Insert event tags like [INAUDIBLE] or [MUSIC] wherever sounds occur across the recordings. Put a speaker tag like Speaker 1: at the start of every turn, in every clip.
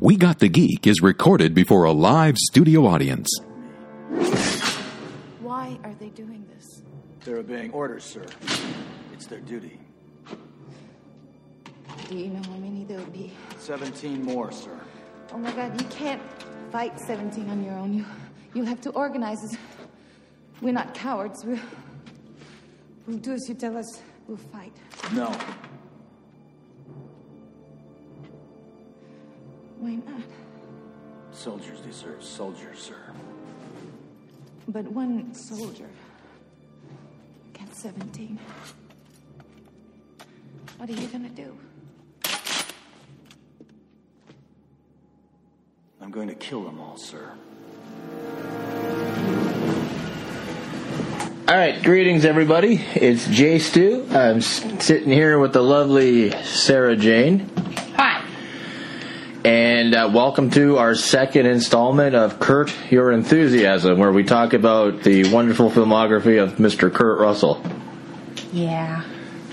Speaker 1: We Got the Geek is recorded before a live studio audience.
Speaker 2: Why are they doing this?
Speaker 3: They're obeying orders, sir. It's their duty.
Speaker 2: Do you know how many there'll be?
Speaker 3: 17 more, sir.
Speaker 2: Oh my god, you can't fight 17 on your own. You, you'll have to organize us. We're not cowards. We'll, we'll do as you tell us. We'll fight.
Speaker 3: No.
Speaker 2: Why not?
Speaker 3: Soldiers deserve soldiers, sir.
Speaker 2: But one soldier against 17. What are you gonna do?
Speaker 3: I'm going to kill them all, sir.
Speaker 4: All right, greetings everybody. It's Jay Stu. I'm s- sitting here with the lovely Sarah Jane,
Speaker 5: Hi.
Speaker 4: and uh, welcome to our second installment of Kurt Your Enthusiasm, where we talk about the wonderful filmography of Mr. Kurt Russell.
Speaker 5: Yeah.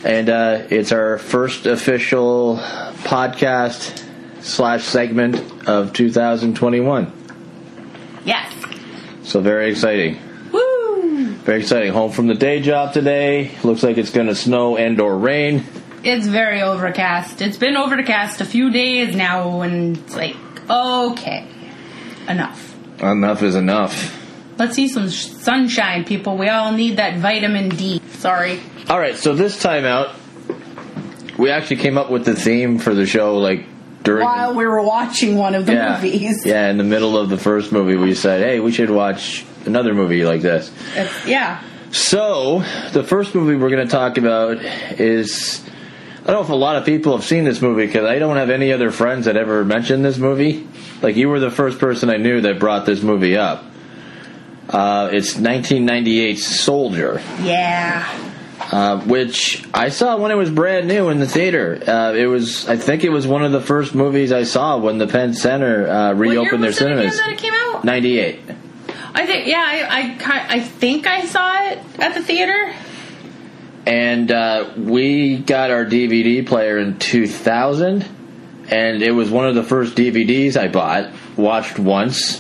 Speaker 4: And uh, it's our first official podcast slash segment of 2021.
Speaker 5: Yes.
Speaker 4: So very exciting.
Speaker 5: Woo!
Speaker 4: Very exciting. Home from the day job today. Looks like it's going to snow and or rain.
Speaker 5: It's very overcast. It's been overcast a few days now, and it's like, okay, enough.
Speaker 4: Enough is enough.
Speaker 5: Let's see some sh- sunshine, people. We all need that vitamin D. Sorry.
Speaker 4: All right, so this time out, we actually came up with the theme for the show like during
Speaker 5: While we were watching one of the
Speaker 4: yeah,
Speaker 5: movies.
Speaker 4: [LAUGHS] Yeah, in the middle of the first movie, we said, "Hey, we should watch another movie like this."
Speaker 5: It's, yeah.
Speaker 4: So, the first movie we're going to talk about is I don't know if a lot of people have seen this movie because I don't have any other friends that ever mentioned this movie. Like, you were the first person I knew that brought this movie up. Uh, it's 1998's Soldier.
Speaker 5: Yeah.
Speaker 4: uh, which I saw when it was brand new in the theater. Uh, it was, I think, it was one of the first movies I saw when the Penn Center uh,
Speaker 5: What year
Speaker 4: reopened their
Speaker 5: was it again
Speaker 4: cinemas.
Speaker 5: that it came out?
Speaker 4: Ninety-eight.
Speaker 5: I think, yeah, I, I, ki- I think I saw it at the theater.
Speaker 4: And uh, we got our DVD player in 2000, and it was one of the first DVDs I bought. Watched once,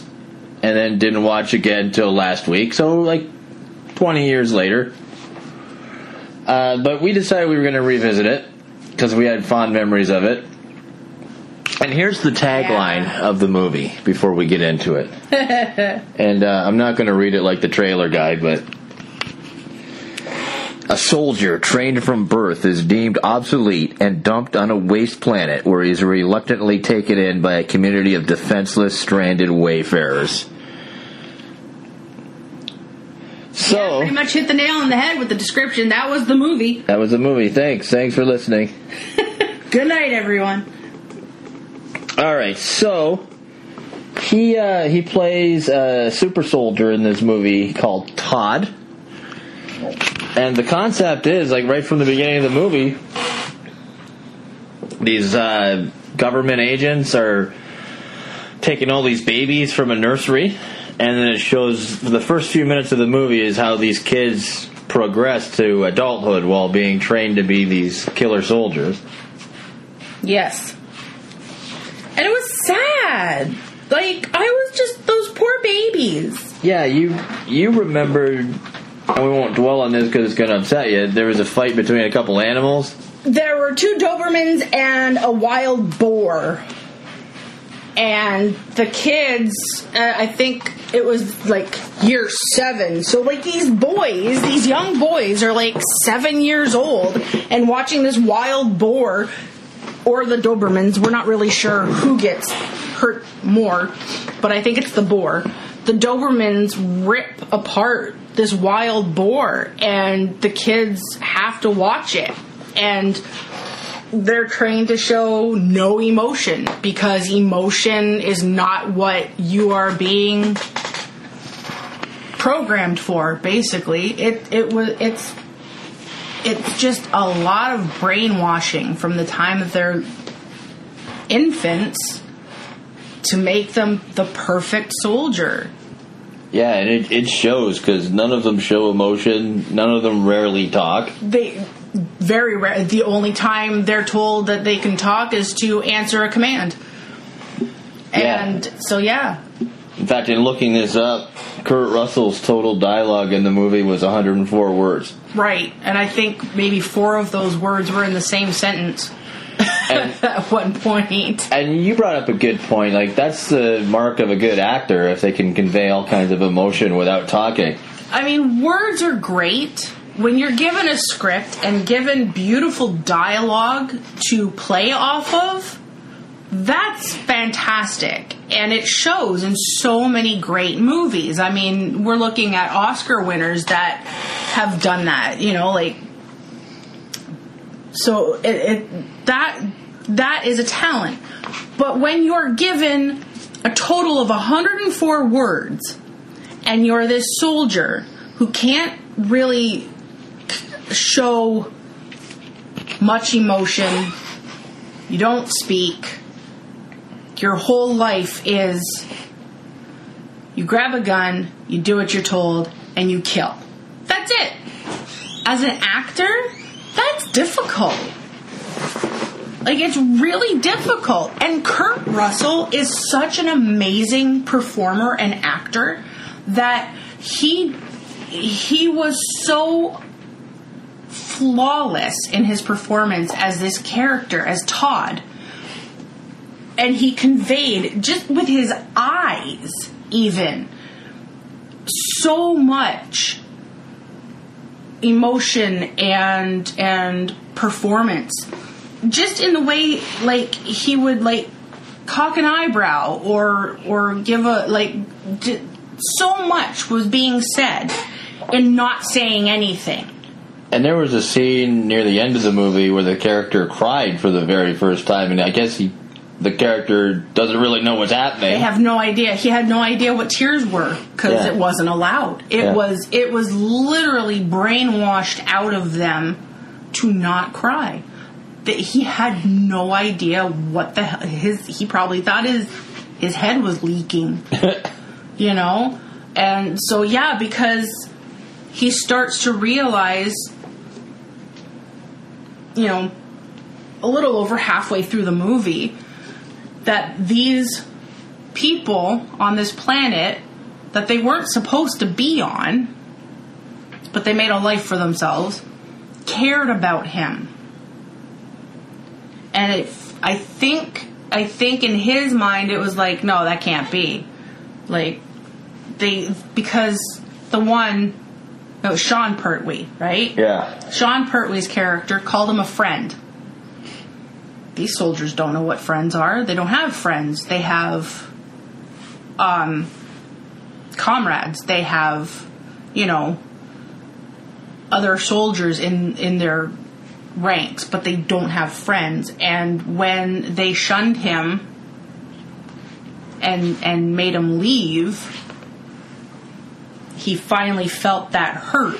Speaker 4: and then didn't watch again until last week. So like 20 years later. Uh, but we decided we were going to revisit it because we had fond memories of it. And here's the tagline
Speaker 5: Yeah.
Speaker 4: of the movie before we get into it. and uh, I'm not going to read it like the trailer guide, but. A soldier trained from birth is deemed obsolete and dumped on a waste planet where he is reluctantly taken in by a community of defenseless, stranded wayfarers.
Speaker 5: Yeah,
Speaker 4: So,
Speaker 5: pretty much hit the nail on the head with the description. That was the movie.
Speaker 4: that was the movie. Thanks. Thanks for listening.
Speaker 5: Good night, everyone.
Speaker 4: All right, so he uh, he plays a super soldier in this movie called Todd, and the concept is like right from the beginning of the movie, these uh, government agents are taking all these babies from a nursery, and then it shows the first few minutes of the movie is how these kids progress to adulthood while being trained to be these killer soldiers.
Speaker 5: Yes. And it was sad. Like I was just those poor babies.
Speaker 4: Yeah, you you remembered, and we won't dwell on this because it's going to upset you. There was a fight between a couple animals.
Speaker 5: There were two Dobermans and a wild boar. And the kids, uh, I think it was like year seven. So, like, these boys, these young boys are like seven years old and watching this wild boar or the Dobermans. We're not really sure who gets hurt more, but I think it's the boar. The Dobermans rip apart this wild boar, and the kids have to watch it. And they're trained to show no emotion because emotion is not what you are being programmed for basically it it was it's it's just a lot of brainwashing from the time that they're infants to make them the perfect soldier
Speaker 4: Yeah, and it, it shows because none of them show emotion. None of them rarely talk.
Speaker 5: they very rare the only time they're told that they can talk is to answer a command
Speaker 4: Yeah.
Speaker 5: And so, yeah.
Speaker 4: In fact, in looking this up, Kurt Russell's total dialogue in the movie was 104 words.
Speaker 5: Right. And I think maybe four of those words were in the same sentence [LAUGHS] at one point.
Speaker 4: And you brought up a good point. Like that's the mark of a good actor if they can convey all kinds of emotion without talking.
Speaker 5: I mean, words are great. When you're given a script and given beautiful dialogue to play off of, that's fantastic. And it shows in so many great movies. I mean, we're looking at Oscar winners that have done that, you know, like so it, it that that is a talent. But when you're given a total of 104 words and you're this soldier who can't really show much emotion, you don't speak, your whole life is you grab a gun, you do what you're told, and you kill. That's it. As an actor, that's difficult. Like, it's really difficult. And Kurt Russell is such an amazing performer and actor that he he was so flawless in his performance as this character as Todd and he conveyed just with his eyes even so much emotion and and performance just in the way like he would like cock an eyebrow or or give a like d- so much was being said and not saying anything
Speaker 4: And there was a scene near the end of the movie where the character cried for the very first time, and I guess he, the character doesn't really know what's happening.
Speaker 5: I have no idea. He had no idea what tears were because
Speaker 4: Yeah.
Speaker 5: it wasn't allowed. It
Speaker 4: Yeah.
Speaker 5: was it was literally brainwashed out of them to not cry. That he had no idea what the hell his he probably thought his his head
Speaker 4: [LAUGHS]
Speaker 5: was leaking. you know? And so yeah, because he starts to realize you know a little over halfway through the movie that these people on this planet that they weren't supposed to be on, but they made a life for themselves, cared about him. And it, I think, I think in his mind it was like, no, that can't be. Like, they, because the one, no, Sean Pertwee, right?
Speaker 4: yeah,
Speaker 5: Sean Pertwee's character called him a friend. These soldiers don't know what friends are. They don't have friends. They have um, comrades. They have, you know, other soldiers in in their ranks, but they don't have friends. And when they shunned him and and made him leave, he finally felt that hurt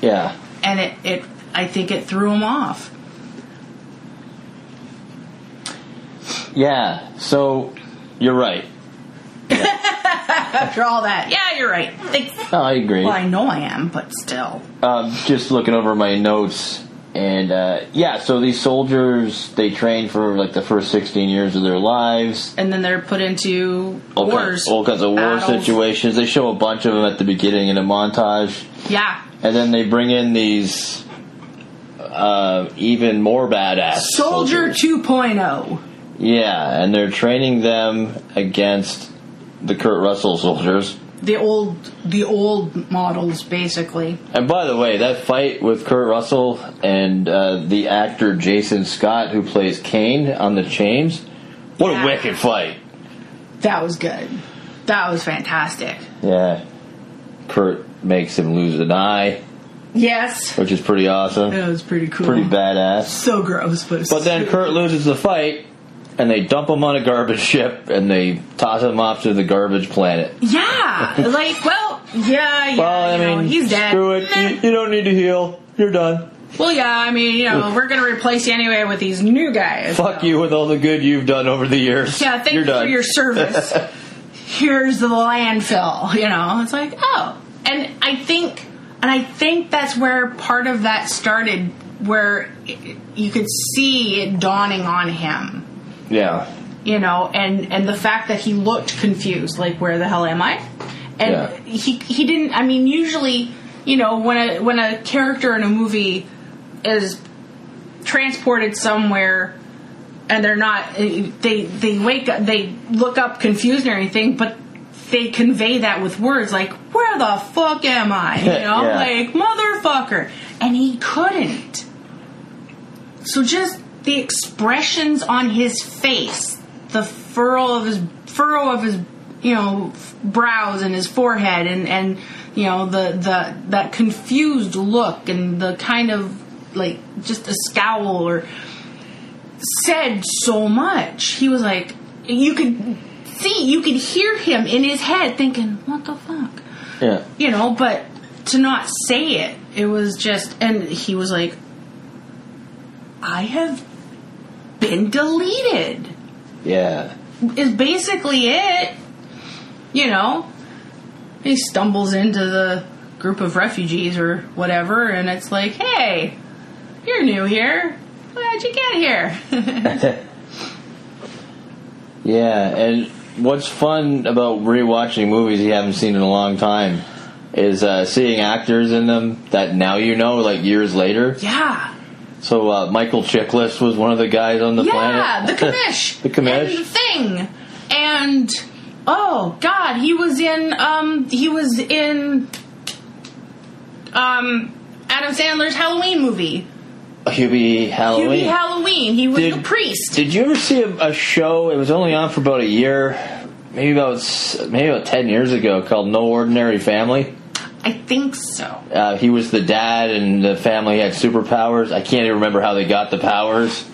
Speaker 4: yeah.
Speaker 5: and it, it I think it threw him off.
Speaker 4: Yeah, so you're right.
Speaker 5: After all that, yeah, you're right. Thanks.
Speaker 4: No, I agree.
Speaker 5: Well, I know I am, but still,
Speaker 4: Um, just looking over my notes, and uh, yeah, so these soldiers they train for like the first 16 years of their lives.
Speaker 5: and then they're put into
Speaker 4: All ki-
Speaker 5: wars,
Speaker 4: all kinds of war
Speaker 5: battles.
Speaker 4: situations. They show a bunch of them at the beginning in a montage,
Speaker 5: Yeah,
Speaker 4: and then they bring in these uh, even more badass
Speaker 5: Soldier oh. 2.0.
Speaker 4: Yeah, and they're training them against the Kurt Russell soldiers.
Speaker 5: The old, the old models, basically.
Speaker 4: And by the way, that fight with Kurt Russell and uh, the actor Jason Scott, who plays Kane on the Chains, what
Speaker 5: Yeah.
Speaker 4: a wicked fight!
Speaker 5: That was good. That was fantastic.
Speaker 4: Yeah, Kurt makes him lose an eye,
Speaker 5: Yes,
Speaker 4: which is pretty awesome,
Speaker 5: that was pretty cool.
Speaker 4: pretty badass.
Speaker 5: So gross, but
Speaker 4: But then Kurt loses the fight, and they dump him on a garbage ship and they toss him off to the garbage planet.
Speaker 5: yeah, like well, yeah, yeah.
Speaker 4: Well, I
Speaker 5: you know,
Speaker 4: mean,
Speaker 5: he's dead.
Speaker 4: screw it.
Speaker 5: Meh.
Speaker 4: You, you don't need to heal. You're done.
Speaker 5: Well, yeah, I mean,
Speaker 4: [LAUGHS]
Speaker 5: you know, we're gonna replace you anyway with these new guys.
Speaker 4: Fuck you with all the good you've done over the years.
Speaker 5: Yeah, thank
Speaker 4: You're
Speaker 5: you
Speaker 4: done.
Speaker 5: for
Speaker 4: [LAUGHS]
Speaker 5: your service. Here's the landfill. You know, it's like oh, and I think, and I think that's where part of that started, where i you could see it dawning on him
Speaker 4: yeah.
Speaker 5: you know, and and the fact that he looked confused, like where the hell am I? And
Speaker 4: Yeah.
Speaker 5: he he didn't. I mean, usually, you know, when a when a character in a movie is transported somewhere and they're not they they wake up they look up confused or anything but they convey that with words like where the fuck am
Speaker 4: [LAUGHS]
Speaker 5: i you know
Speaker 4: Yeah.
Speaker 5: like motherfucker and he couldn't so just the expressions on his face the furrow of his furrow of his you know brows and his forehead and and you know the the that confused look and the kind of like just a scowl or said so much. He was like, you could see, you could hear him in his head thinking, what the fuck?
Speaker 4: Yeah.
Speaker 5: You know, but to not say it, it was just, and he was like, I have been deleted,
Speaker 4: Yeah.
Speaker 5: is basically it. You know, he stumbles into the group of refugees or whatever, and it's like, hey, you're new here. How'd you get here? [LAUGHS]
Speaker 4: Yeah, and what's fun about rewatching movies you haven't seen in a long time is uh, seeing actors in them that now you know, like years later.
Speaker 5: yeah.
Speaker 4: So uh, Michael Chiklis was one of the guys on the
Speaker 5: Yeah,
Speaker 4: planet. [LAUGHS]
Speaker 5: the commish.
Speaker 4: the commish.
Speaker 5: And the thing. And oh god, he was in um he was in um Adam Sandler's Halloween movie.
Speaker 4: Hubie Halloween.
Speaker 5: Halloween. Halloween. He was
Speaker 4: Did-
Speaker 5: the priest.
Speaker 4: Did you ever see a, a show? It was only on for about a year, maybe about s- maybe about ten years ago, called No Ordinary Family.
Speaker 5: I think so.
Speaker 4: Uh, he was the dad, and the family had superpowers. I can't even remember how they got the powers.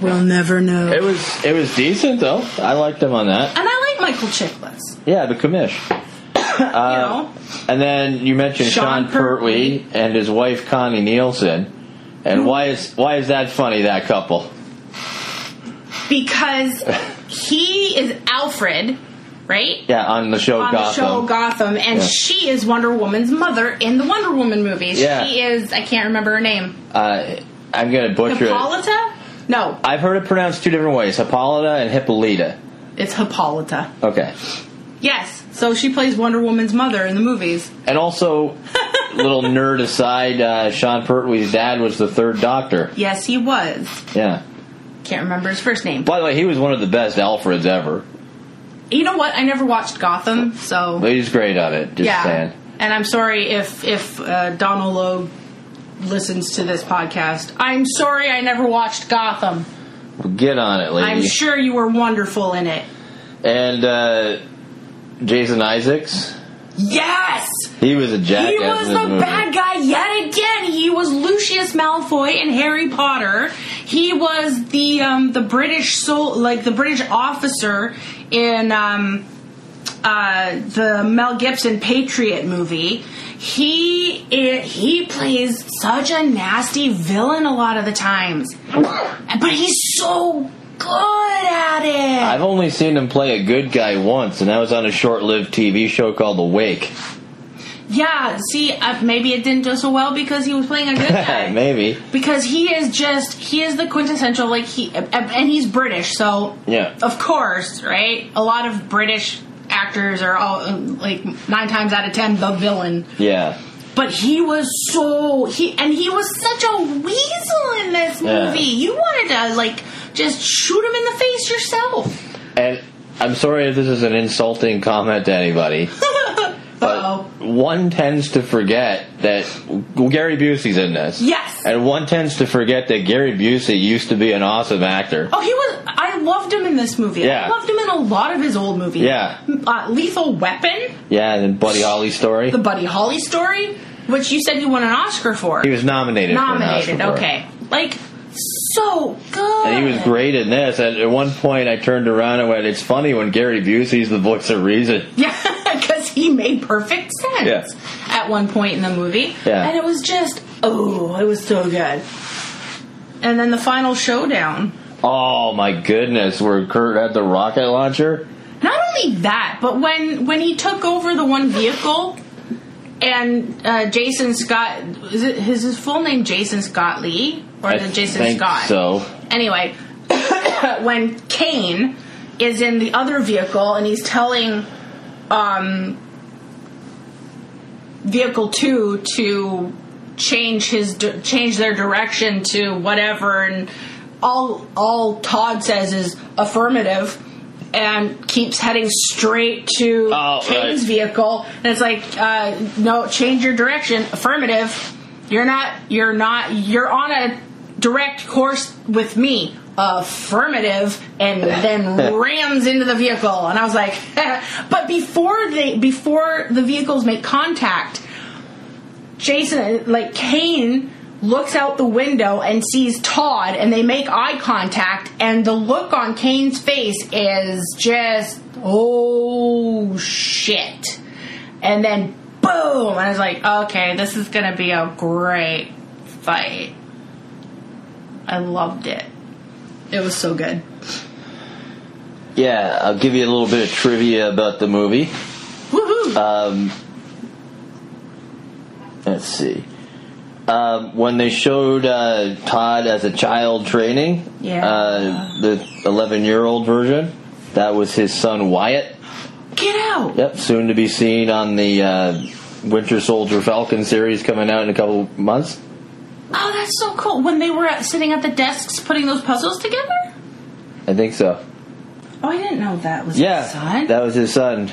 Speaker 5: We'll never know.
Speaker 4: It was it was decent though. I liked him on that.
Speaker 5: and I like Michael Chiklis.
Speaker 4: Yeah, the commish. [COUGHS] Uh,
Speaker 5: you know?
Speaker 4: And then you mentioned Sean,
Speaker 5: Sean
Speaker 4: Pertwee and his wife Connie Nielsen. And
Speaker 5: Hmm.
Speaker 4: why is why is that funny? That couple. [LAUGHS]
Speaker 5: Because he is Alfred, right?
Speaker 4: Yeah, on the show
Speaker 5: on
Speaker 4: Gotham.
Speaker 5: the show Gotham, and
Speaker 4: Yeah.
Speaker 5: she is Wonder Woman's mother in the Wonder Woman movies.
Speaker 4: Yeah.
Speaker 5: She is I can't remember her name.
Speaker 4: uh, I'm gonna butcher it.
Speaker 5: Hippolyta? No,
Speaker 4: I've heard it pronounced two different ways: Hippolyta and Hippolyta.
Speaker 5: it's Hippolyta.
Speaker 4: Okay.
Speaker 5: Yes. So she plays Wonder Woman's mother in the movies.
Speaker 4: And
Speaker 5: [LAUGHS]
Speaker 4: also, little nerd aside, uh, Sean Pertwee's dad was the third Doctor.
Speaker 5: Yes, he was.
Speaker 4: Yeah.
Speaker 5: Can't remember his first name.
Speaker 4: By the way, he was one of the best Alfreds ever.
Speaker 5: You know what? I never watched Gotham, so
Speaker 4: But he's great on it. Just
Speaker 5: yeah.
Speaker 4: saying.
Speaker 5: And I'm sorry if if uh, Donald Logue listens to this podcast. I'm sorry I never watched Gotham.
Speaker 4: Well, Get on it, lady.
Speaker 5: I'm sure you were wonderful in it.
Speaker 4: And uh, Jason Isaacs.
Speaker 5: Yes.
Speaker 4: He was a jackass.
Speaker 5: He was
Speaker 4: in this
Speaker 5: the
Speaker 4: movie.
Speaker 5: bad guy yet again. He was Lucius Malfoy in Harry Potter. He was the um, the British soul, like the British officer in um, uh, the Mel Gibson Patriot movie. He i he plays such a nasty villain a lot of the times, but he's so good at it.
Speaker 4: I've only seen him play a good guy once, and that was on a short-lived TV show called The Wake. [LAUGHS]
Speaker 5: yeah, see, uh, maybe it didn't do so well because he was playing a good guy.
Speaker 4: Maybe.
Speaker 5: because he is just he is the quintessential like he and he's British, so
Speaker 4: Yeah.
Speaker 5: of course, right? A lot of British actors are all like nine times out of ten the villain,
Speaker 4: Yeah.
Speaker 5: but he was so he and he was such a weasel in this
Speaker 4: Yeah.
Speaker 5: movie. You wanted to like just shoot him in the face yourself.
Speaker 4: And I'm sorry if this is an insulting comment to
Speaker 5: [LAUGHS]
Speaker 4: anybody, but
Speaker 5: Oh
Speaker 4: one tends to forget that Gary Busey's in this.
Speaker 5: yes.
Speaker 4: And one tends to forget that Gary Busey used to be an awesome actor.
Speaker 5: Oh, he was. I loved him in this movie.
Speaker 4: Yeah.
Speaker 5: I loved him in a lot of his old movies.
Speaker 4: Yeah.
Speaker 5: Uh, Lethal Weapon.
Speaker 4: Yeah, and then Buddy Holly story.
Speaker 5: the Buddy Holly story, which you said you won an Oscar for.
Speaker 4: He was nominated. for an
Speaker 5: nominated.
Speaker 4: Oscar for it.
Speaker 5: okay, like so good.
Speaker 4: And he was great in this. And at one point, I turned around and went, "It's funny when Gary Busey's the voice of reason."
Speaker 5: [LAUGHS] Yeah, because he made perfect sense
Speaker 4: Yeah.
Speaker 5: at one point in the movie.
Speaker 4: Yeah.
Speaker 5: and it was just oh, it was so good. And then the final showdown.
Speaker 4: Oh my goodness, where Kurt had the rocket launcher.
Speaker 5: Not only that, but when when he took over the one vehicle. And uh, Jason Scott is it is his full name Jason Scott Lee or
Speaker 4: I
Speaker 5: is it Jason
Speaker 4: think
Speaker 5: [COUGHS] Scott?
Speaker 4: So
Speaker 5: Anyway, when Kane is in the other vehicle and he's telling um, vehicle two to change his di- change their direction to whatever and all all Todd says is affirmative and keeps heading straight to
Speaker 4: Oh,
Speaker 5: Kane's
Speaker 4: right.
Speaker 5: vehicle and it's like uh, no change your direction affirmative you're not you're not you're on a direct course with me affirmative and then rams into the vehicle and I was like [LAUGHS] but before they before the vehicles make contact Jason, like Kane, looks out the window and sees Todd, and they make eye contact, and the look on Kane's face is just, oh shit. And then boom! And I was like, okay, this is gonna be a great fight. I loved it. It was so good.
Speaker 4: Yeah, I'll give you a little bit of trivia about the movie.
Speaker 5: Woohoo!
Speaker 4: Um, let's see. Um, when they showed uh, Todd as a child training,
Speaker 5: Yeah.
Speaker 4: uh, the 11 year old version, that was his son Wyatt.
Speaker 5: Get out!
Speaker 4: Yep, soon to be seen on the uh, Winter Soldier Falcon series coming out in a couple months.
Speaker 5: Oh, that's so cool. When they were at, sitting at the desks putting those puzzles together?
Speaker 4: I think so.
Speaker 5: Oh, I didn't know that was
Speaker 4: Yeah,
Speaker 5: his son. Oh,
Speaker 4: that was his son.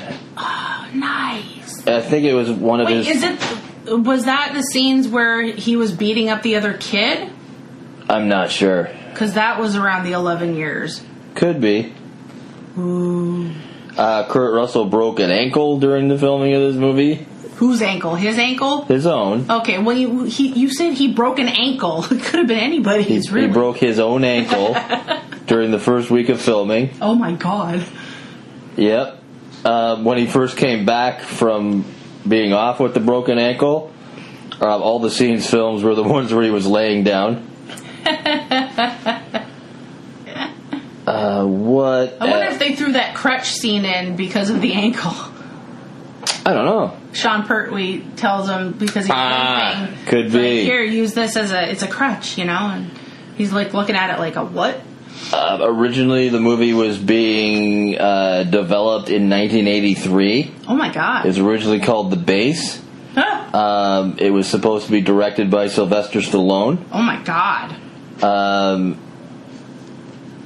Speaker 5: nice.
Speaker 4: I think it was one of
Speaker 5: Wait,
Speaker 4: his.
Speaker 5: is it? Was that the scenes where he was beating up the other kid?
Speaker 4: I'm not sure.
Speaker 5: Because that was around the eleven years.
Speaker 4: Could be. Uh, Kurt Russell broke an ankle during the filming of this movie.
Speaker 5: Whose ankle? His ankle?
Speaker 4: His own.
Speaker 5: Okay. Well, you he you said he broke an ankle. [LAUGHS] It could have been
Speaker 4: he,
Speaker 5: anybody's.
Speaker 4: he
Speaker 5: really.
Speaker 4: broke his own
Speaker 5: [LAUGHS]
Speaker 4: ankle during the first week of filming.
Speaker 5: Oh my god.
Speaker 4: Yep. Um, when he first came back from being off with the broken ankle, uh, all the scenes films were the [LAUGHS] ones where he was laying
Speaker 5: [LAUGHS]
Speaker 4: down. uh, what?
Speaker 5: I wonder
Speaker 4: el-
Speaker 5: if they threw that crutch scene in because of the ankle. [LAUGHS]
Speaker 4: I don't know.
Speaker 5: Sean Pertwee tells him because he's
Speaker 4: Ah,
Speaker 5: limping,
Speaker 4: could
Speaker 5: like,
Speaker 4: be.
Speaker 5: here. Use this as a it's a crutch, you know. And he's like looking at it like a what?
Speaker 4: Uh, originally, the movie was being uh, developed in 1983.
Speaker 5: Oh my god.
Speaker 4: It was originally called The Base.
Speaker 5: Huh.
Speaker 4: Um, it was supposed to be directed by Sylvester Stallone.
Speaker 5: Oh my god.
Speaker 4: Um,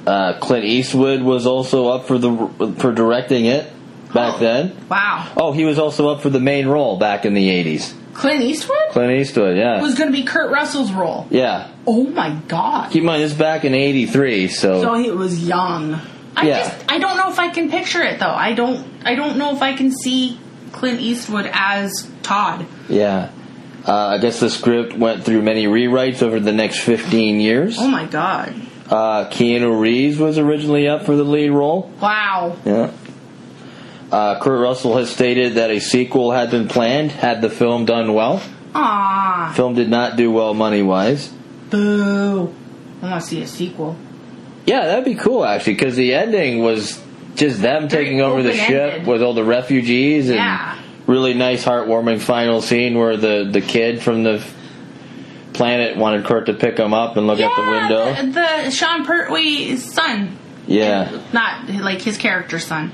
Speaker 4: uh, Clint Eastwood was also up for the for directing it back then.
Speaker 5: Wow.
Speaker 4: Oh, he was also up for the main role back in the '80s.
Speaker 5: Clint Eastwood
Speaker 4: Clint Eastwood, yeah,
Speaker 5: was going to be Kurt Russell's role.
Speaker 4: yeah.
Speaker 5: Oh my god.
Speaker 4: Keep in mind, this is back in '83, so,
Speaker 5: so he was young. I
Speaker 4: Yeah.
Speaker 5: just I don't know if I can picture it though. I don't I don't know if I can see Clint Eastwood as Todd.
Speaker 4: yeah. Uh, I guess the script went through many rewrites over the next 15 years.
Speaker 5: Oh my god.
Speaker 4: Uh, Keanu Reeves was originally up for the lead role.
Speaker 5: Wow.
Speaker 4: Yeah. Uh, Kurt Russell has stated that a sequel had been planned had the film done well.
Speaker 5: Ah.
Speaker 4: Film did not do well money wise.
Speaker 5: Boo. I want to see a sequel.
Speaker 4: Yeah, that'd be cool actually, because the ending was just them
Speaker 5: Very
Speaker 4: taking over the ship
Speaker 5: open-ended.
Speaker 4: with all the refugees and
Speaker 5: Yeah.
Speaker 4: really nice, heartwarming final scene where the the kid from the planet wanted Kurt to pick him up and look out the window.
Speaker 5: The, the Sean Pertwee's son.
Speaker 4: yeah,
Speaker 5: Not like his character's son.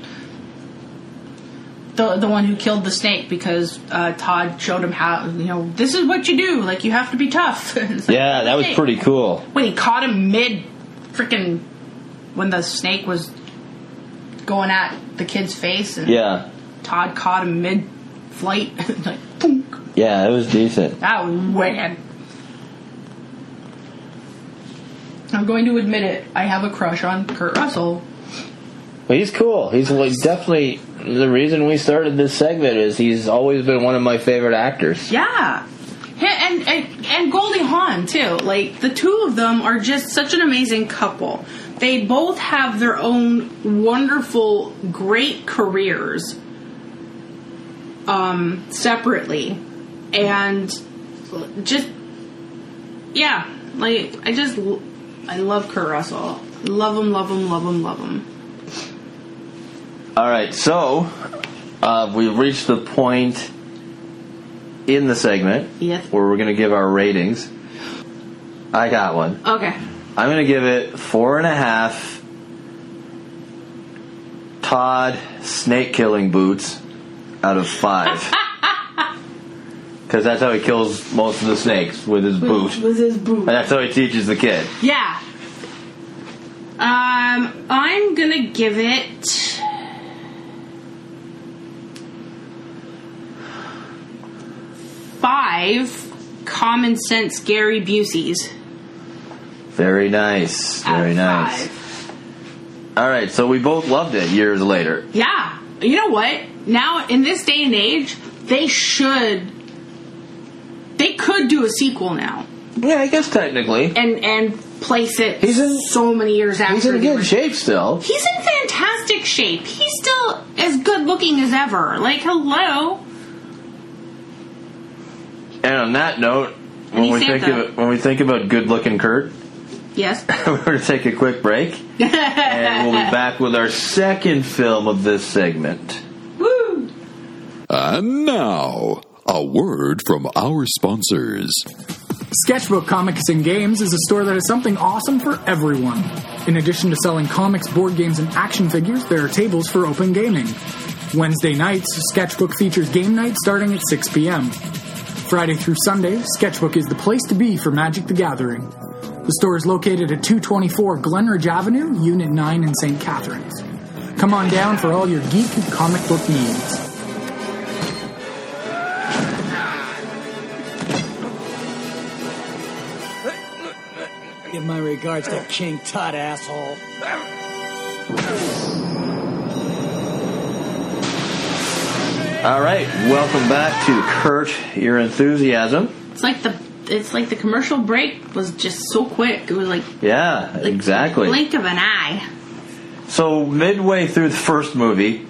Speaker 5: The the one who killed the snake because uh, Todd showed him how you know this is what you do like you have to be tough. [LAUGHS] It's like,
Speaker 4: yeah, that was
Speaker 5: "Hey."
Speaker 4: pretty cool.
Speaker 5: When he caught him mid, freaking when the snake was going at the kid's face and
Speaker 4: Yeah,
Speaker 5: Todd caught him mid flight [LAUGHS] like boonk.
Speaker 4: yeah, it was decent.
Speaker 5: that was wicked. I'm going to admit it. I have a crush on Kurt Russell.
Speaker 4: Well, he's cool. He's like, definitely the reason we started this segment is he's always been one of my favorite actors.
Speaker 5: Yeah. Hi- And, and and Goldie Hawn too. Like the two of them are just such an amazing couple. They both have their own wonderful, great careers. Um, separately, and just yeah, like I just l- I love Kurt Russell. Love him, love him, love him, love him.
Speaker 4: All right, so uh, we've reached the point in the segment
Speaker 5: Yes.
Speaker 4: where we're going to give our ratings. I got one.
Speaker 5: Okay.
Speaker 4: I'm going to give it four and a half Todd snake killing boots out of five. Because that's how he kills most of the snakes with his boot.
Speaker 6: Was his boot?
Speaker 4: And that's how he teaches the kid.
Speaker 5: Yeah. Um, I'm gonna give it. Five common sense Gary Busey's.
Speaker 4: Very nice.
Speaker 5: out of
Speaker 4: Very nice.
Speaker 5: five.
Speaker 4: All right, so we both loved it years later.
Speaker 5: Yeah. You know what? Now, in this day and age, they should. They could do a sequel now
Speaker 4: Yeah, I guess technically.
Speaker 5: and and place it
Speaker 4: He's in-
Speaker 5: so many years after.
Speaker 4: He's in
Speaker 5: the
Speaker 4: good
Speaker 5: original.
Speaker 4: shape still.
Speaker 5: He's in fantastic shape. He's still as good looking as ever. Like, hello.
Speaker 4: And on that note, when
Speaker 5: he's
Speaker 4: we think
Speaker 5: Santa.
Speaker 4: of when we think about good looking Kurt,
Speaker 5: Yes.
Speaker 4: [LAUGHS] we're going to take a quick break, and we'll be back with our second film of this segment.
Speaker 5: [COUGHS] Woo!
Speaker 1: And now, a word from our sponsors.
Speaker 7: Sketchbook Comics and Games is a store that has something awesome for everyone. In addition to selling comics, board games, and action figures, there are tables for open gaming. Wednesday nights, Sketchbook features game night starting at 6 p.m. Friday through Sunday, Sketchbook is the place to be for Magic the Gathering. The store is located at 224 Glenridge Avenue, Unit 9 in St. Catharines. Come on down for all your geek comic book needs.
Speaker 8: Give my regards to King Tut, asshole.
Speaker 4: All right, welcome back to Kurt, your enthusiasm.
Speaker 5: It's like the it's like the commercial break was just so quick. It was like
Speaker 4: Yeah,
Speaker 5: like
Speaker 4: exactly.
Speaker 5: blink of an eye.
Speaker 4: So midway through the first movie,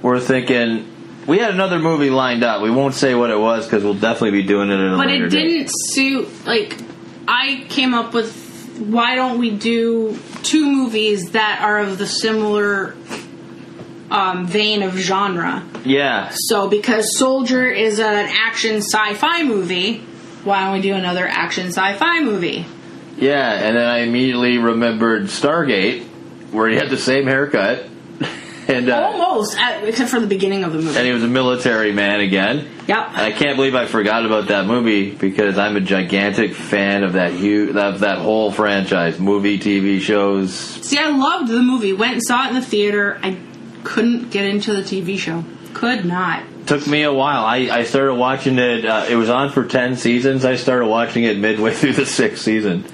Speaker 4: we're thinking we had another movie lined up. We won't say what it was because we'll definitely be doing it in a
Speaker 5: But
Speaker 4: later
Speaker 5: it
Speaker 4: date.
Speaker 5: didn't suit. Like I came up with why don't we do two movies that are of the similar um, vein of genre.
Speaker 4: Yeah,
Speaker 5: So because Soldier is an action sci-fi movie, why don't we do another action sci-fi movie?
Speaker 4: yeah, and then I immediately remembered Stargate, where he had the same haircut, [LAUGHS] and uh,
Speaker 5: Almost, uh, except for the beginning of the movie.
Speaker 4: and he was a military man again.
Speaker 5: Yep.
Speaker 4: And I can't believe I forgot about that movie because I'm a gigantic fan of that huge of that whole franchise, movie, TV shows,
Speaker 5: See, I loved the movie. Went and saw it in the theater. I couldn't get into the TV show. Could not.
Speaker 4: took me a while. I, I started watching it. Uh, it was on for ten seasons. I started watching it midway [LAUGHS] through the sixth season.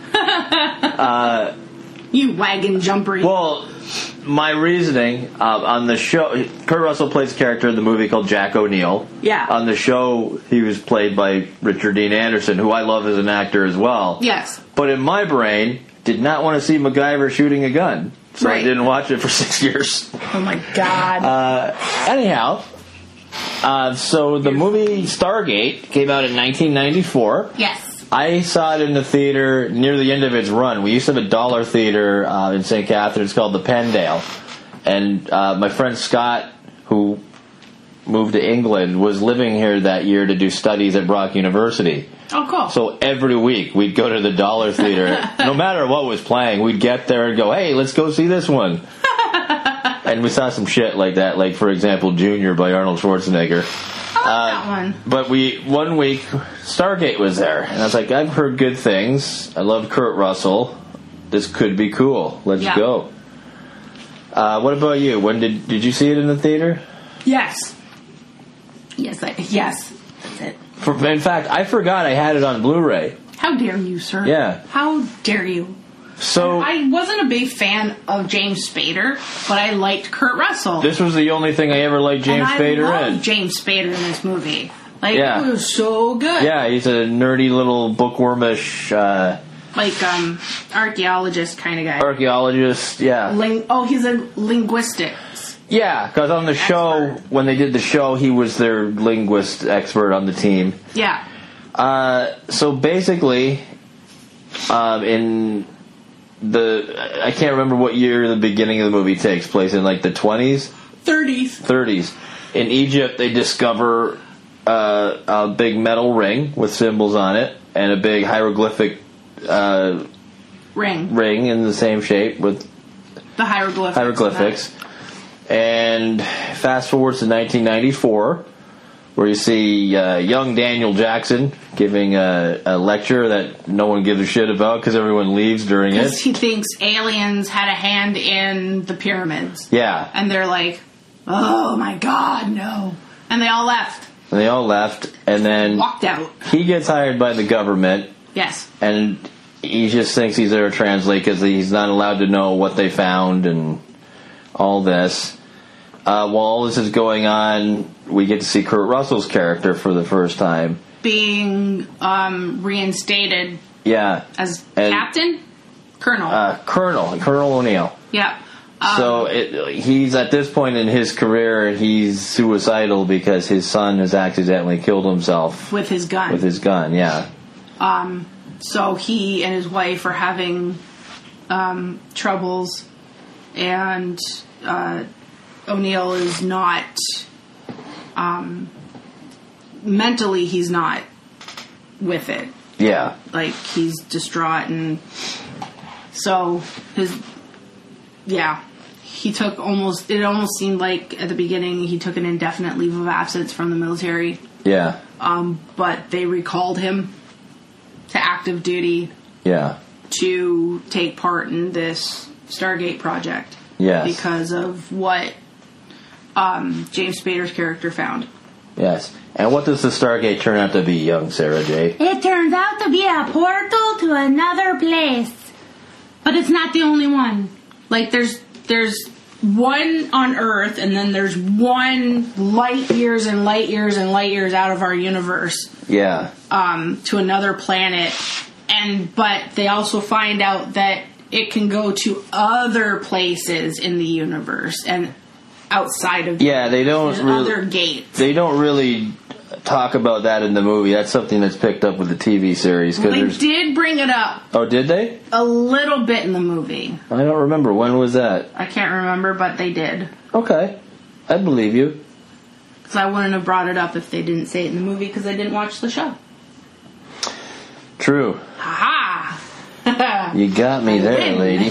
Speaker 5: You wagon jumper.
Speaker 4: Well, my reasoning uh, on the show, Kurt Russell plays a character in the movie called Jack O'Neill.
Speaker 5: Yeah.
Speaker 4: On the show, he was played by Richard Dean Anderson, who I love as an actor as well.
Speaker 5: yes.
Speaker 4: But in my brain, did not want to see MacGyver shooting a gun, so I
Speaker 5: Right.
Speaker 4: didn't watch it for [LAUGHS] six years.
Speaker 6: Oh my god.
Speaker 4: uh, Anyhow, uh, so the movie Stargate came out in 1994.
Speaker 5: Yes.
Speaker 4: I saw it in the theater near the end of its run. We used to have a dollar theater uh, in St. Catharines called the Pendale, and uh, my friend Scott, who moved to England, was living here that year to do studies at Brock University.
Speaker 5: Oh, cool.
Speaker 4: So every week we'd go to the dollar theater,
Speaker 5: [LAUGHS]
Speaker 4: no matter what was playing. We'd get there and go, "Hey, let's go see this
Speaker 5: [LAUGHS]
Speaker 4: one." and we saw some shit like that, like for example, Junior by Arnold Schwarzenegger.
Speaker 5: I
Speaker 4: uh,
Speaker 5: like that one.
Speaker 4: But we one week Stargate was there, and I was like, "I've heard good things. I love Kurt Russell. This could be cool. Let's
Speaker 5: Yeah.
Speaker 4: go." Uh, what about you? When did did you see it in the theater?
Speaker 5: Yes. Yes. I, yes. That's it.
Speaker 4: For, in fact, I forgot I had it on Blu-ray.
Speaker 5: How dare you, sir?
Speaker 4: Yeah.
Speaker 5: How dare you?
Speaker 4: So
Speaker 5: I wasn't a big fan of James Spader, but I liked Kurt Russell.
Speaker 4: this was the only thing I ever liked James
Speaker 5: and I
Speaker 4: Spader
Speaker 5: loved
Speaker 4: in.
Speaker 5: James Spader in this movie. Like
Speaker 4: Yeah.
Speaker 5: it was so good.
Speaker 4: Yeah, he's a nerdy little bookwormish uh,
Speaker 5: Like um archaeologist kind of guy.
Speaker 4: archaeologist. Yeah,
Speaker 5: Ling- oh, he's a linguistics.
Speaker 4: yeah. Because on the show,
Speaker 5: Expert.
Speaker 4: when they did the show, he was their linguist expert on the team.
Speaker 5: Yeah.
Speaker 4: Uh, so basically, um, in the I can't remember what year the beginning of the movie takes place in, like the twenties,
Speaker 5: 30s.
Speaker 4: thirties. In Egypt, they discover uh, a big metal ring with symbols on it and a big hieroglyphic uh,
Speaker 5: Ring.
Speaker 4: ring in the same shape with
Speaker 5: The hieroglyphics.
Speaker 4: hieroglyphics. And fast forward to 1994, where you see uh, young Daniel Jackson giving a, a lecture that no one gives a shit about because everyone leaves during it.
Speaker 5: Because he thinks aliens had a hand in the pyramids.
Speaker 4: Yeah.
Speaker 5: And they're like, oh my god, no. And they all left,
Speaker 4: And they all left, and then
Speaker 5: walked out.
Speaker 4: he gets hired by the government,
Speaker 5: Yes.
Speaker 4: and he just thinks he's there to translate because he's not allowed to know what they found and all this. Uh, while all this is going on, we get to see Kurt Russell's character for the first time.
Speaker 5: Being um, reinstated
Speaker 4: Yeah,
Speaker 5: as
Speaker 4: And-
Speaker 5: captain? Colonel.
Speaker 4: uh, Colonel Colonel O'Neill.
Speaker 5: yeah. Um,
Speaker 4: so it, he's at this point in his career, he's suicidal because his son has accidentally killed himself
Speaker 5: with his gun.
Speaker 4: with his gun. Yeah,
Speaker 5: Um, so he and his wife are having um, troubles, and uh, O'Neill is not. Um, mentally, he's not with it.
Speaker 4: yeah.
Speaker 5: Like he's distraught, and so his yeah. He took almost. It almost seemed like at the beginning he took an indefinite leave of absence from the military
Speaker 4: Yeah.
Speaker 5: um, but they recalled him to active duty
Speaker 4: Yeah.
Speaker 5: to take part in this Stargate project.
Speaker 4: Yes.
Speaker 5: Because of what um, James Spader's character found.
Speaker 4: Yes. And what does the Stargate turn out to be, young Sarah J?
Speaker 5: It turns out to be a portal to another place, but it's not the only one. Like there's there's one on Earth, and then there's one light years and light years and light years out of our universe.
Speaker 4: Yeah.
Speaker 5: um, to another planet, and but they also find out that it can go to other places in the universe and outside of
Speaker 4: Yeah, they don't
Speaker 5: there's
Speaker 4: really
Speaker 5: other gates.
Speaker 4: they don't really talk about that in the movie. That's something that's picked up with the TV series because
Speaker 5: They
Speaker 4: there's
Speaker 5: did bring it up
Speaker 4: Oh, did they?
Speaker 5: a little bit in the movie.
Speaker 4: I don't remember. When was that?
Speaker 5: I can't remember, but they did.
Speaker 4: Okay. I believe you.
Speaker 5: Because I wouldn't have brought it up if they didn't say it in the movie because I didn't watch the show.
Speaker 4: True.
Speaker 5: Ha ha!
Speaker 4: You got me there,
Speaker 5: win.
Speaker 4: lady.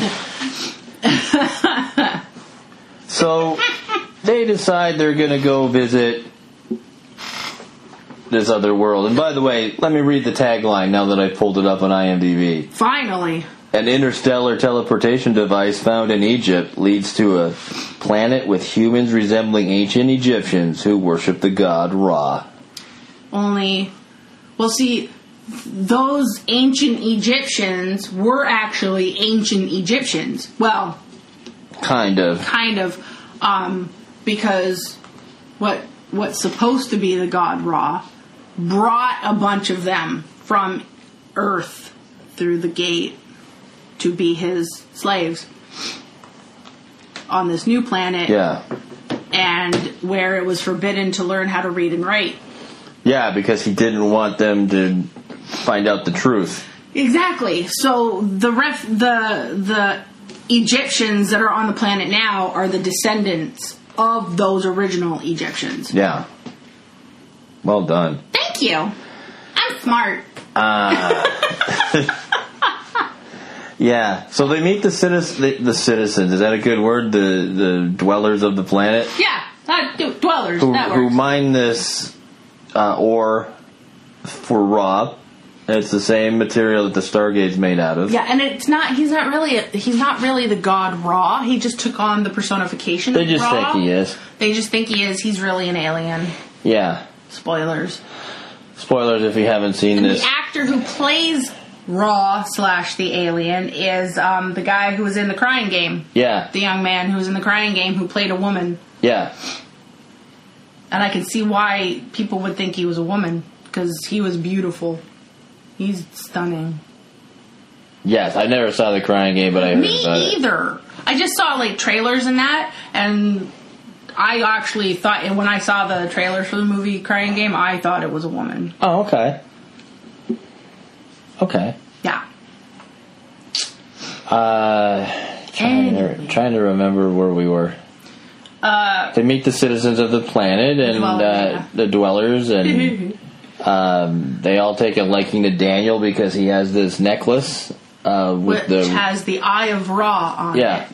Speaker 4: so they decide they're going to go visit this other world. And by the way, let me read the tagline now that I pulled it up on IMDb.
Speaker 5: Finally.
Speaker 4: An interstellar teleportation device found in Egypt leads to a planet with humans resembling ancient Egyptians who worship the god Ra.
Speaker 5: Only, well, see, those ancient Egyptians were actually ancient Egyptians. Well,
Speaker 4: Kind of.
Speaker 5: kind of, um, because what what's supposed to be the god Ra brought a bunch of them from Earth through the gate to be his slaves on this new planet,
Speaker 4: Yeah.
Speaker 5: and where it was forbidden to learn how to read and write.
Speaker 4: Yeah, because he didn't want them to find out the truth.
Speaker 5: Exactly. So the ref the the Egyptians that are on the planet now are the descendants of those original Egyptians.
Speaker 4: Yeah. Well done.
Speaker 5: Thank you. I'm smart.
Speaker 4: Yeah. So they meet the citizen, the, the citizens. Is that a good word? The the dwellers of the planet
Speaker 5: Yeah. Uh, d- dwellers.
Speaker 4: who,
Speaker 5: that
Speaker 4: who
Speaker 5: works.
Speaker 4: mine this uh, ore for raw. It's the same material that the Stargate's made out of.
Speaker 5: yeah, and it's not. He's not really. A, he's not really the god Ra. He just took on the personification.
Speaker 4: They
Speaker 5: of
Speaker 4: just
Speaker 5: Ra.
Speaker 4: think he is.
Speaker 5: They just think he is. He's really an alien.
Speaker 4: Yeah.
Speaker 5: Spoilers.
Speaker 4: Spoilers if you haven't seen
Speaker 5: The
Speaker 4: this.
Speaker 5: actor who plays Raw slash the alien is um, the guy who was in the Crying Game.
Speaker 4: Yeah.
Speaker 5: the young man who was in the crying game who played a woman,
Speaker 4: Yeah.
Speaker 5: and I can see why people would think he was a woman because he was beautiful. He's stunning.
Speaker 4: Yes. I never saw the crying game, but I heard
Speaker 5: Me
Speaker 4: about it.
Speaker 5: either. I just saw like trailers and that, and I actually thought and when I saw the trailers for the movie Crying Game, I thought it was a woman.
Speaker 4: Oh, okay. Okay.
Speaker 5: Yeah.
Speaker 4: Uh, trying, to, trying to remember where we were.
Speaker 5: Uh,
Speaker 4: They meet the citizens of the planet and
Speaker 5: Dwellers,
Speaker 4: uh,
Speaker 5: yeah.
Speaker 4: the dwellers,
Speaker 5: [LAUGHS]
Speaker 4: and um, they all take a liking to Daniel because he has this necklace uh, with
Speaker 5: which
Speaker 4: the
Speaker 5: has the Eye of Ra on
Speaker 4: yeah,
Speaker 5: it.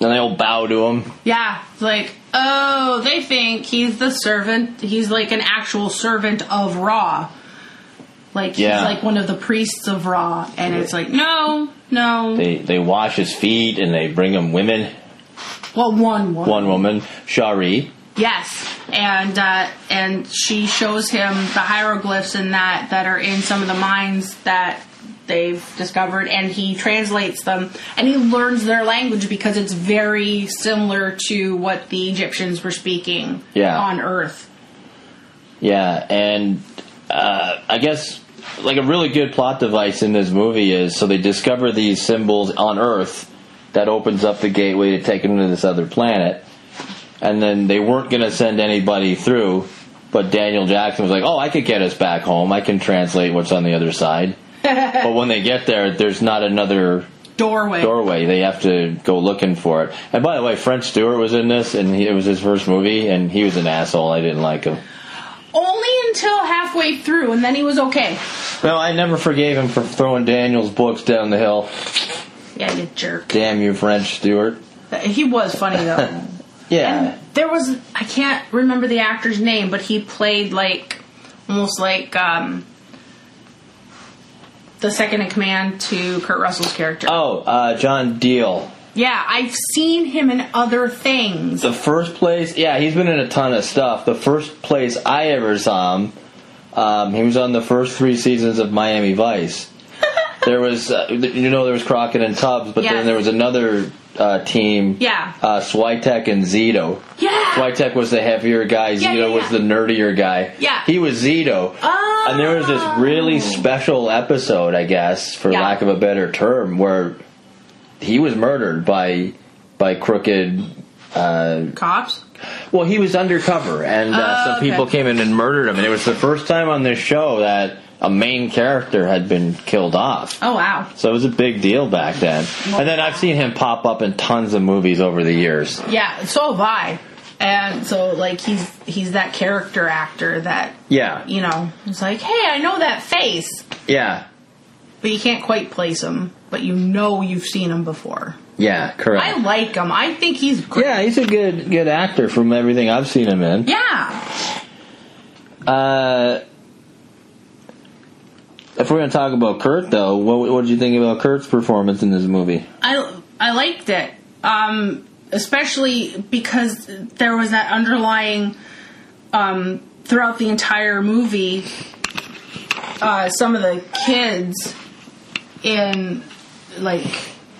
Speaker 4: And they'll bow to him.
Speaker 5: Yeah, it's like, oh, they think he's the servant. He's like an actual servant of Ra. Like
Speaker 4: Yeah.
Speaker 5: he's like one of the priests of Ra, and it's like, no, no.
Speaker 4: They they wash his feet and they bring him women.
Speaker 5: well, one woman.
Speaker 4: One woman, Shari.
Speaker 5: Yes, and uh, and she shows him the hieroglyphs in that that are in some of the mines that they've discovered, and he translates them, and he learns their language because it's very similar to what the Egyptians were speaking
Speaker 4: Yeah.
Speaker 5: on Earth.
Speaker 4: Yeah, and uh, I guess like a really good plot device in this movie is so they discover these symbols on Earth that opens up the gateway to take them to this other planet, and then they weren't going to send anybody through, but Daniel Jackson was like, "Oh, I could get us back home. I can translate what's on the other side." but when they get there, there's not another
Speaker 5: Doorway.
Speaker 4: doorway. They have to go looking for it. And by the way, French Stewart was in this, and he, it was his first movie, and he was an asshole. I didn't like him.
Speaker 5: Only until halfway through, and then he was okay.
Speaker 4: No, I never forgave him for throwing Daniel's books down the hill.
Speaker 5: Yeah, you jerk.
Speaker 4: Damn you, French Stewart.
Speaker 5: He was funny though.
Speaker 4: [LAUGHS] Yeah.
Speaker 5: there was I can't remember the actor's name, but he played like almost like um, the second in command to Kurt Russell's character.
Speaker 4: Oh, uh, John Deal.
Speaker 5: Yeah, I've seen him in other things.
Speaker 4: The first place, yeah, he's been in a ton of stuff. The first place I ever saw him, um, he was on the first three seasons of Miami
Speaker 5: [LAUGHS]
Speaker 4: Vice. there was, uh, you know, there was Crockett and Tubbs, but
Speaker 5: Yes.
Speaker 4: then there was another uh, team.
Speaker 5: Yeah.
Speaker 4: Uh, Switek and Zito.
Speaker 5: Yeah.
Speaker 4: Switek was the heavier guy.
Speaker 5: Yeah,
Speaker 4: Zito
Speaker 5: yeah, yeah.
Speaker 4: was the nerdier guy.
Speaker 5: Yeah.
Speaker 4: He was Zito.
Speaker 5: Oh.
Speaker 4: And there was this really special episode, I guess, for
Speaker 5: Yeah.
Speaker 4: lack of a better term, where he was murdered by by crooked. Uh,
Speaker 5: Um, Cops.
Speaker 4: well, he was undercover, and uh,
Speaker 5: Oh,
Speaker 4: some
Speaker 5: okay.
Speaker 4: people came in and murdered him. And it was the first time on this show that a main character had been killed off.
Speaker 5: Oh wow.
Speaker 4: So it was a big deal back then. And then I've seen him pop up in tons of movies over the years.
Speaker 5: Yeah. So have I. And so like he's he's that character actor that
Speaker 4: Yeah.
Speaker 5: you know it's like hey I know that face
Speaker 4: Yeah.
Speaker 5: but you can't quite place him but you know you've seen him before.
Speaker 4: Yeah, correct.
Speaker 5: I like him. I think he's great.
Speaker 4: yeah, he's a good good actor from everything I've seen him in.
Speaker 5: yeah.
Speaker 4: Uh, if we're going to talk about Kurt, though, what what did you think about Kurt's performance in this movie?
Speaker 5: I I liked it, um, especially because there was that underlying um, throughout the entire movie. Uh, some of the kids in like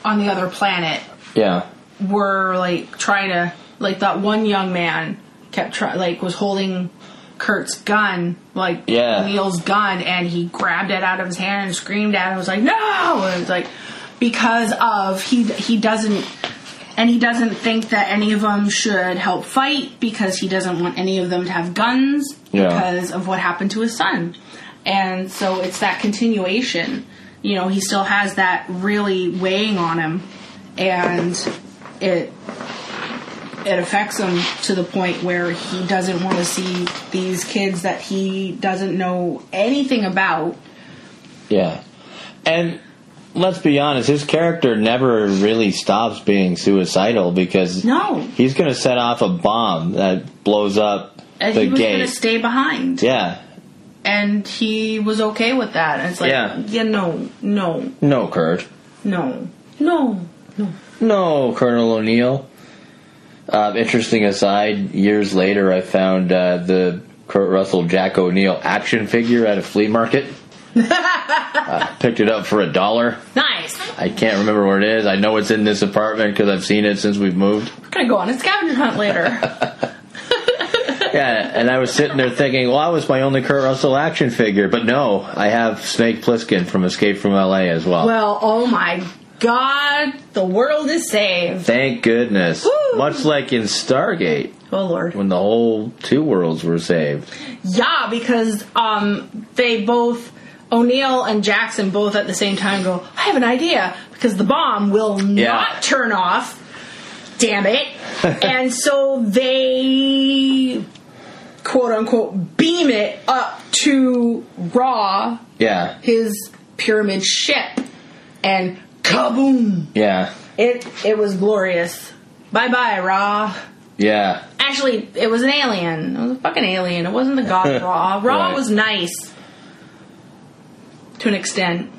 Speaker 5: on the other planet
Speaker 4: Yeah,
Speaker 5: were like trying to like that one young man kept try like was holding Kurt's gun like
Speaker 4: Yeah.
Speaker 5: Neil's gun and he grabbed it out of his hand and screamed at him was like no and it's like because of he he doesn't and he doesn't think that any of them should help fight because he doesn't want any of them to have guns
Speaker 4: Yeah.
Speaker 5: because of what happened to his son and so it's that continuation you know he still has that really weighing on him and it it affects him to the point where he doesn't want to see these kids that he doesn't know anything about.
Speaker 4: yeah, and let's be honest, his character never really stops being suicidal because
Speaker 5: No,
Speaker 4: he's going to set off a bomb that blows up
Speaker 5: and
Speaker 4: the
Speaker 5: he was going
Speaker 4: gate.
Speaker 5: to stay behind,
Speaker 4: yeah,
Speaker 5: and he was okay with that. And it's like,
Speaker 4: Yeah.
Speaker 5: yeah, no, no,
Speaker 4: no, Kurt.
Speaker 5: no, no.
Speaker 4: No, Colonel O'Neill. Uh, interesting aside, years later, I found uh, the Kurt Russell Jack O'Neill action figure at a flea market. uh, picked it up for a dollar.
Speaker 5: Nice.
Speaker 4: I can't remember where it is. I know it's in this apartment because I've seen it since we've moved.
Speaker 5: We're gonna go on a scavenger
Speaker 4: [LAUGHS]
Speaker 5: hunt later.
Speaker 4: Yeah, and I was sitting there thinking, well, that was my only Kurt Russell action figure. But no, I have Snake Plissken from Escape from LA as well.
Speaker 5: well, oh my God, the world is saved.
Speaker 4: Thank goodness.
Speaker 5: Woo!
Speaker 4: Much like in Stargate,
Speaker 5: Oh Lord.
Speaker 4: when the whole two worlds were saved.
Speaker 5: Yeah, because um, they both O'Neill and Jackson both at the same time go, I have an idea because the bomb will
Speaker 4: Yeah.
Speaker 5: not turn off. Damn it! and so they quote unquote beam it up to Raw,
Speaker 4: Yeah.
Speaker 5: his pyramid ship, and kaboom!
Speaker 4: Yeah.
Speaker 5: It it was glorious.
Speaker 9: Bye bye, Raw.
Speaker 4: Yeah.
Speaker 9: Actually, it was an alien. It was a fucking alien. It wasn't the
Speaker 4: [LAUGHS]
Speaker 9: god Raw. Raw
Speaker 4: Right.
Speaker 9: was nice. To an extent.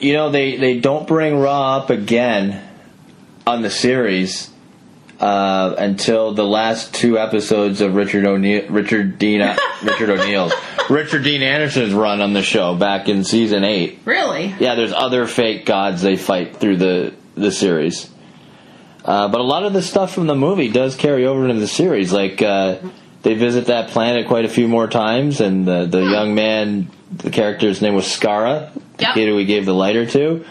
Speaker 4: You know, they, they don't bring Raw up again on the series uh, until the last two episodes of Richard O'Neill, Richard Dean, Richard O'Neill's, Richard Dean Anderson's run on the show back in season eight.
Speaker 9: Really?
Speaker 4: Yeah, there's other fake gods they fight through the the series. Uh, but a lot of the stuff from the movie does carry over into the series. Like uh, they visit that planet quite a few more times, and the the young man, the character's name was Skara, the
Speaker 5: Yep.
Speaker 4: kid who we gave the lighter to.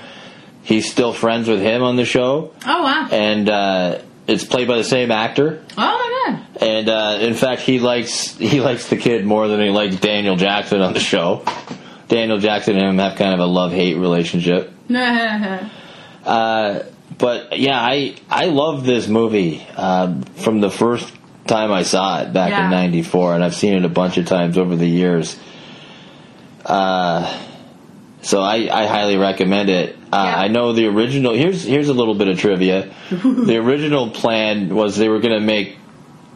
Speaker 4: He's still friends with him on the show,
Speaker 5: Oh wow.
Speaker 4: and uh, it's played by the same actor.
Speaker 5: Oh my god.
Speaker 4: And uh, in fact, he likes he likes the kid more than he likes Daniel Jackson on the show. Daniel Jackson and him have kind of a love hate
Speaker 5: [LAUGHS]
Speaker 4: relationship.
Speaker 5: Nah.
Speaker 4: Uh, but yeah, I I love this movie um, from the first time I saw it back
Speaker 5: Yeah.
Speaker 4: in '94, and I've seen it a bunch of times over the years. Uh, so I, I highly recommend it. Uh,
Speaker 5: Yeah.
Speaker 4: I know the original. Here's here's a little bit of
Speaker 5: [LAUGHS]
Speaker 4: trivia. the original plan was they were going to make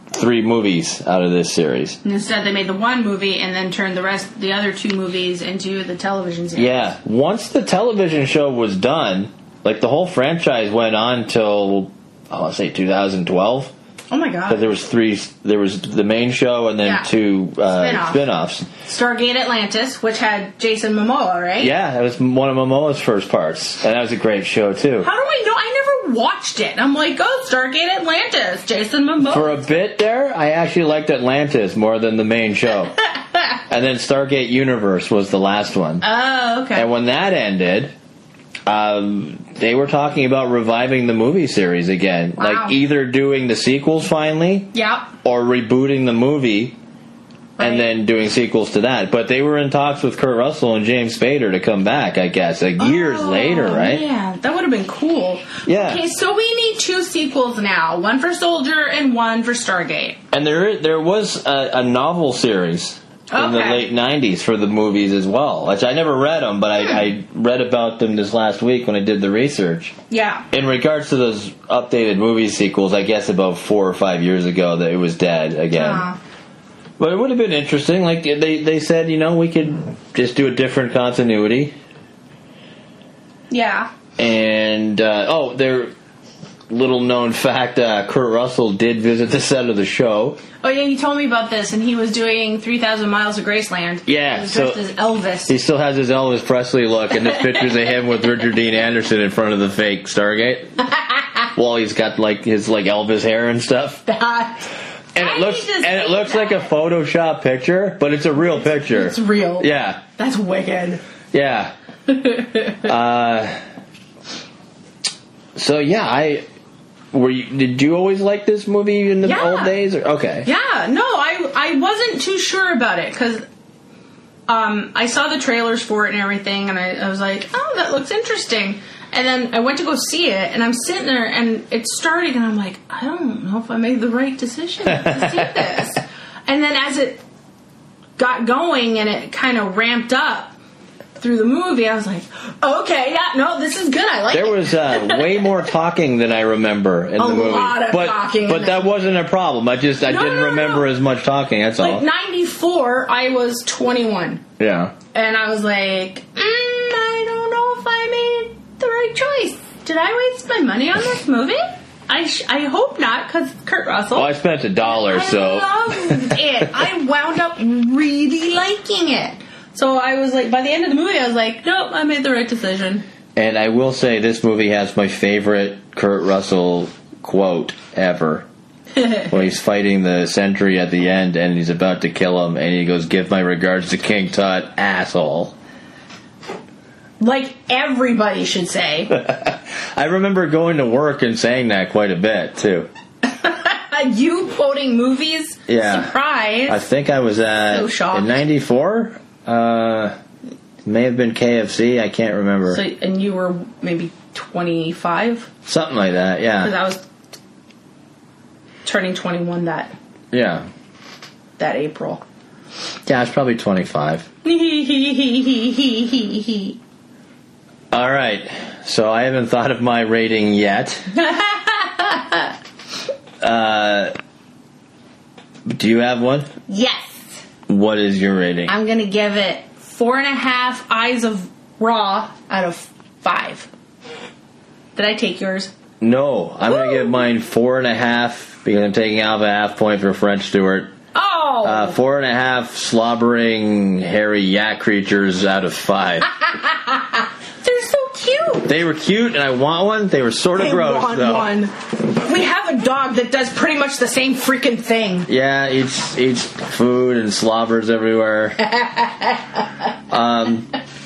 Speaker 4: three movies out of this series.
Speaker 5: And Instead, they made the one movie and then turned the rest, the other two movies, into the television series.
Speaker 4: Yeah. Once the television show was done, like the whole franchise went on till I want to say 2012.
Speaker 5: Oh my
Speaker 4: But
Speaker 5: god.
Speaker 4: there was three. There was the main show and then
Speaker 5: Yeah.
Speaker 4: 2 uh,
Speaker 5: Spin-off.
Speaker 4: spin-offs.
Speaker 5: Stargate Atlantis, which had Jason Momoa, right?
Speaker 4: Yeah, that was one of Momoa's first parts, and that was a great show too.
Speaker 5: How do I know? I never watched it. I'm like, oh, Stargate Atlantis, Jason Momoa.
Speaker 4: For a bit there, I actually liked Atlantis more than the main
Speaker 5: [LAUGHS]
Speaker 4: show. and then Stargate Universe was the last one.
Speaker 5: oh, okay.
Speaker 4: And when that ended, um, they were talking about reviving the movie series again,
Speaker 5: Wow.
Speaker 4: like either doing the sequels finally
Speaker 5: yep.
Speaker 4: or rebooting the movie
Speaker 5: Right.
Speaker 4: and then doing sequels to that. But they were in talks with Kurt Russell and James Spader to come back, I guess, like years
Speaker 5: Oh,
Speaker 4: later, right?
Speaker 5: Yeah, that would have been cool.
Speaker 4: Yeah.
Speaker 5: Okay, so we need two sequels now: one for Soldier and one for Stargate.
Speaker 4: And there there was a, a novel series in the
Speaker 5: Okay.
Speaker 4: late '90s for the movies as well, which I never read them, but
Speaker 5: Hmm.
Speaker 4: I, I read about them this last week when I did the research.
Speaker 5: Yeah.
Speaker 4: In regards to those updated movie sequels, I guess about four or five years ago that it was dead again.
Speaker 5: Uh,
Speaker 4: But it would have been interesting. Like they, they said, you know, we could just do a different continuity.
Speaker 5: yeah.
Speaker 4: And uh, oh, their little known fact: uh, Kurt Russell did visit the set of the show.
Speaker 5: Oh yeah, you told me about this, and he was doing three thousand miles of Graceland.
Speaker 4: Yeah,
Speaker 5: He was
Speaker 4: so-
Speaker 5: dressed as Elvis.
Speaker 4: He still has his Elvis Presley look, and there's pictures of him with Richard Dean Anderson in front of the fake
Speaker 5: [LAUGHS]
Speaker 4: Stargate. While he's got like his like Elvis hair and stuff,
Speaker 5: [LAUGHS]
Speaker 4: and
Speaker 5: I
Speaker 4: it looks
Speaker 5: need to
Speaker 4: and it
Speaker 5: see
Speaker 4: looks like a Photoshop picture, but it's a real picture.
Speaker 5: it's real.
Speaker 4: Yeah,
Speaker 5: That's wicked. [LAUGHS]
Speaker 4: yeah. uh, so yeah, I were you did you always like this movie in the
Speaker 5: Yeah.
Speaker 4: old days? Or, okay,
Speaker 5: Yeah, no, I I wasn't too sure about it because um, I saw the trailers for it and everything, and I, I was like, oh, that looks interesting. And then I went to go see it, and I'm sitting there, and it's starting, and I'm like, I don't know if I made the right decision to see this. And then as it got going and it kind of ramped up through the movie, I was like, okay, yeah, no, this is good. I like
Speaker 4: There
Speaker 5: it.
Speaker 4: was uh, way more talking than I remember in
Speaker 5: A
Speaker 4: the movie.
Speaker 5: lot of
Speaker 4: but,
Speaker 5: talking.
Speaker 4: But that wasn't a problem. I just I
Speaker 5: No,
Speaker 4: didn't
Speaker 5: no, no.
Speaker 4: remember as much talking. That's all.
Speaker 5: like 94, I was 21.
Speaker 4: yeah.
Speaker 5: And I was like, mm, I don't know if I made the right choice. Did I waste my money on this movie? I, sh- I hope not, because Kurt Russell.
Speaker 4: Well, I spent a dollar,
Speaker 5: I
Speaker 4: so
Speaker 5: loved
Speaker 4: [LAUGHS]
Speaker 5: it. I wound up really liking it. So I was like, by the end of the movie, I was like, nope, I made the right decision.
Speaker 4: and I will say this movie has my favorite Kurt Russell quote
Speaker 5: [LAUGHS]
Speaker 4: ever. when he's fighting the sentry at the end and he's about to kill him and he goes, Give my regards to King Tut, asshole.
Speaker 5: Like everybody should
Speaker 4: [LAUGHS]
Speaker 5: say.
Speaker 4: I remember going to work and saying that quite a bit too.
Speaker 5: you quoting movies?
Speaker 4: Yeah.
Speaker 5: Surprise.
Speaker 4: I think I was at
Speaker 5: So shocked.
Speaker 4: in '94. Uh, may have been KFC. I can't remember.
Speaker 5: so, and you were maybe 25?
Speaker 4: Something like that. Yeah.
Speaker 5: because I was turning 21 that
Speaker 4: yeah.
Speaker 5: that April.
Speaker 4: Yeah. I was probably 25.
Speaker 5: yeah, [LAUGHS]
Speaker 4: All right. So I haven't thought of my rating yet. Uh, Do you have one?
Speaker 5: Yes.
Speaker 4: What is your rating?
Speaker 5: I'm gonna give it four and a half eyes of raw out of five. Did I take yours?
Speaker 4: no, I'm going to give mine four and a half because I'm taking off a half point for French Stewart.
Speaker 5: Oh,
Speaker 4: Uh, four and a half slobbering, hairy yak creatures out of five.
Speaker 5: they're so cute.
Speaker 4: They were cute, and I want one. They were sort of
Speaker 5: I
Speaker 4: gross,
Speaker 5: want
Speaker 4: though.
Speaker 5: one. We have a dog that does pretty much the same freaking thing.
Speaker 4: Yeah, eats eats food and slobbers
Speaker 5: [LAUGHS]
Speaker 4: everywhere. um, but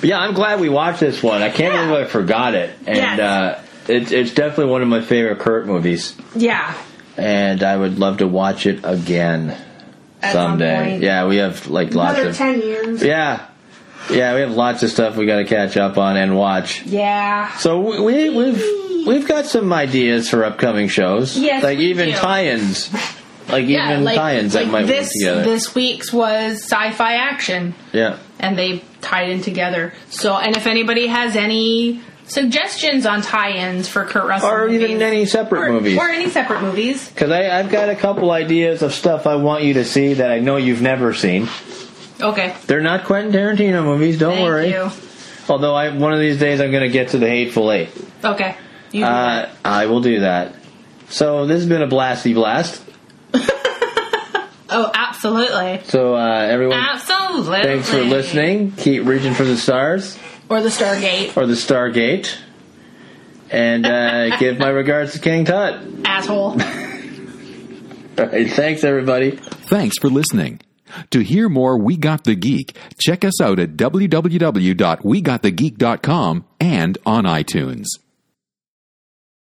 Speaker 4: yeah, I'm glad we watched this one. I can't believe I forgot it, and
Speaker 5: Yes.
Speaker 4: uh, it's it's definitely one of my favorite Kurt movies,
Speaker 5: Yeah.
Speaker 4: and I would love to watch it again
Speaker 5: At some
Speaker 4: someday.
Speaker 5: point.
Speaker 4: yeah, we have like lots
Speaker 5: Another
Speaker 4: of
Speaker 5: ten years.
Speaker 4: yeah, yeah, we have lots of stuff we got to catch up on and watch.
Speaker 5: Yeah.
Speaker 4: So we, we we've we've got some ideas for upcoming shows.
Speaker 5: Yes,
Speaker 4: like
Speaker 5: we
Speaker 4: even
Speaker 5: do.
Speaker 4: tie-ins. Like
Speaker 5: Yeah,
Speaker 4: even
Speaker 5: like,
Speaker 4: tie-ins
Speaker 5: like
Speaker 4: that might
Speaker 5: this,
Speaker 4: work together.
Speaker 5: This week's was sci-fi action.
Speaker 4: yeah.
Speaker 5: and they tied in together. So, and if anybody has any suggestions on tie-ins for Kurt Russell,
Speaker 4: Or even
Speaker 5: movies-
Speaker 4: any separate
Speaker 5: or,
Speaker 4: movies.
Speaker 5: or any separate movies,
Speaker 4: Because I've got a couple ideas of stuff I want you to see that I know you've never seen.
Speaker 5: okay.
Speaker 4: They're not Quentin Tarantino movies, don't
Speaker 5: Thank
Speaker 4: worry.
Speaker 5: you.
Speaker 4: Although I, one of these days I'm going to get to The Hateful Eight.
Speaker 5: Okay. You do
Speaker 4: Uh,
Speaker 5: that.
Speaker 4: I will do that. So this has been a blasty blast.
Speaker 5: oh, absolutely,
Speaker 4: So uh, everyone,
Speaker 5: absolutely.
Speaker 4: thanks for listening. Keep reaching for the stars
Speaker 5: Or the Stargate,
Speaker 4: or the Stargate. And [LAUGHS] uh, give my regards to King Tut.
Speaker 5: asshole.
Speaker 4: All right, thanks, everybody.
Speaker 1: Thanks for listening. To hear more We Got the Geek, check us out at www.wegotthegeek.com and on iTunes.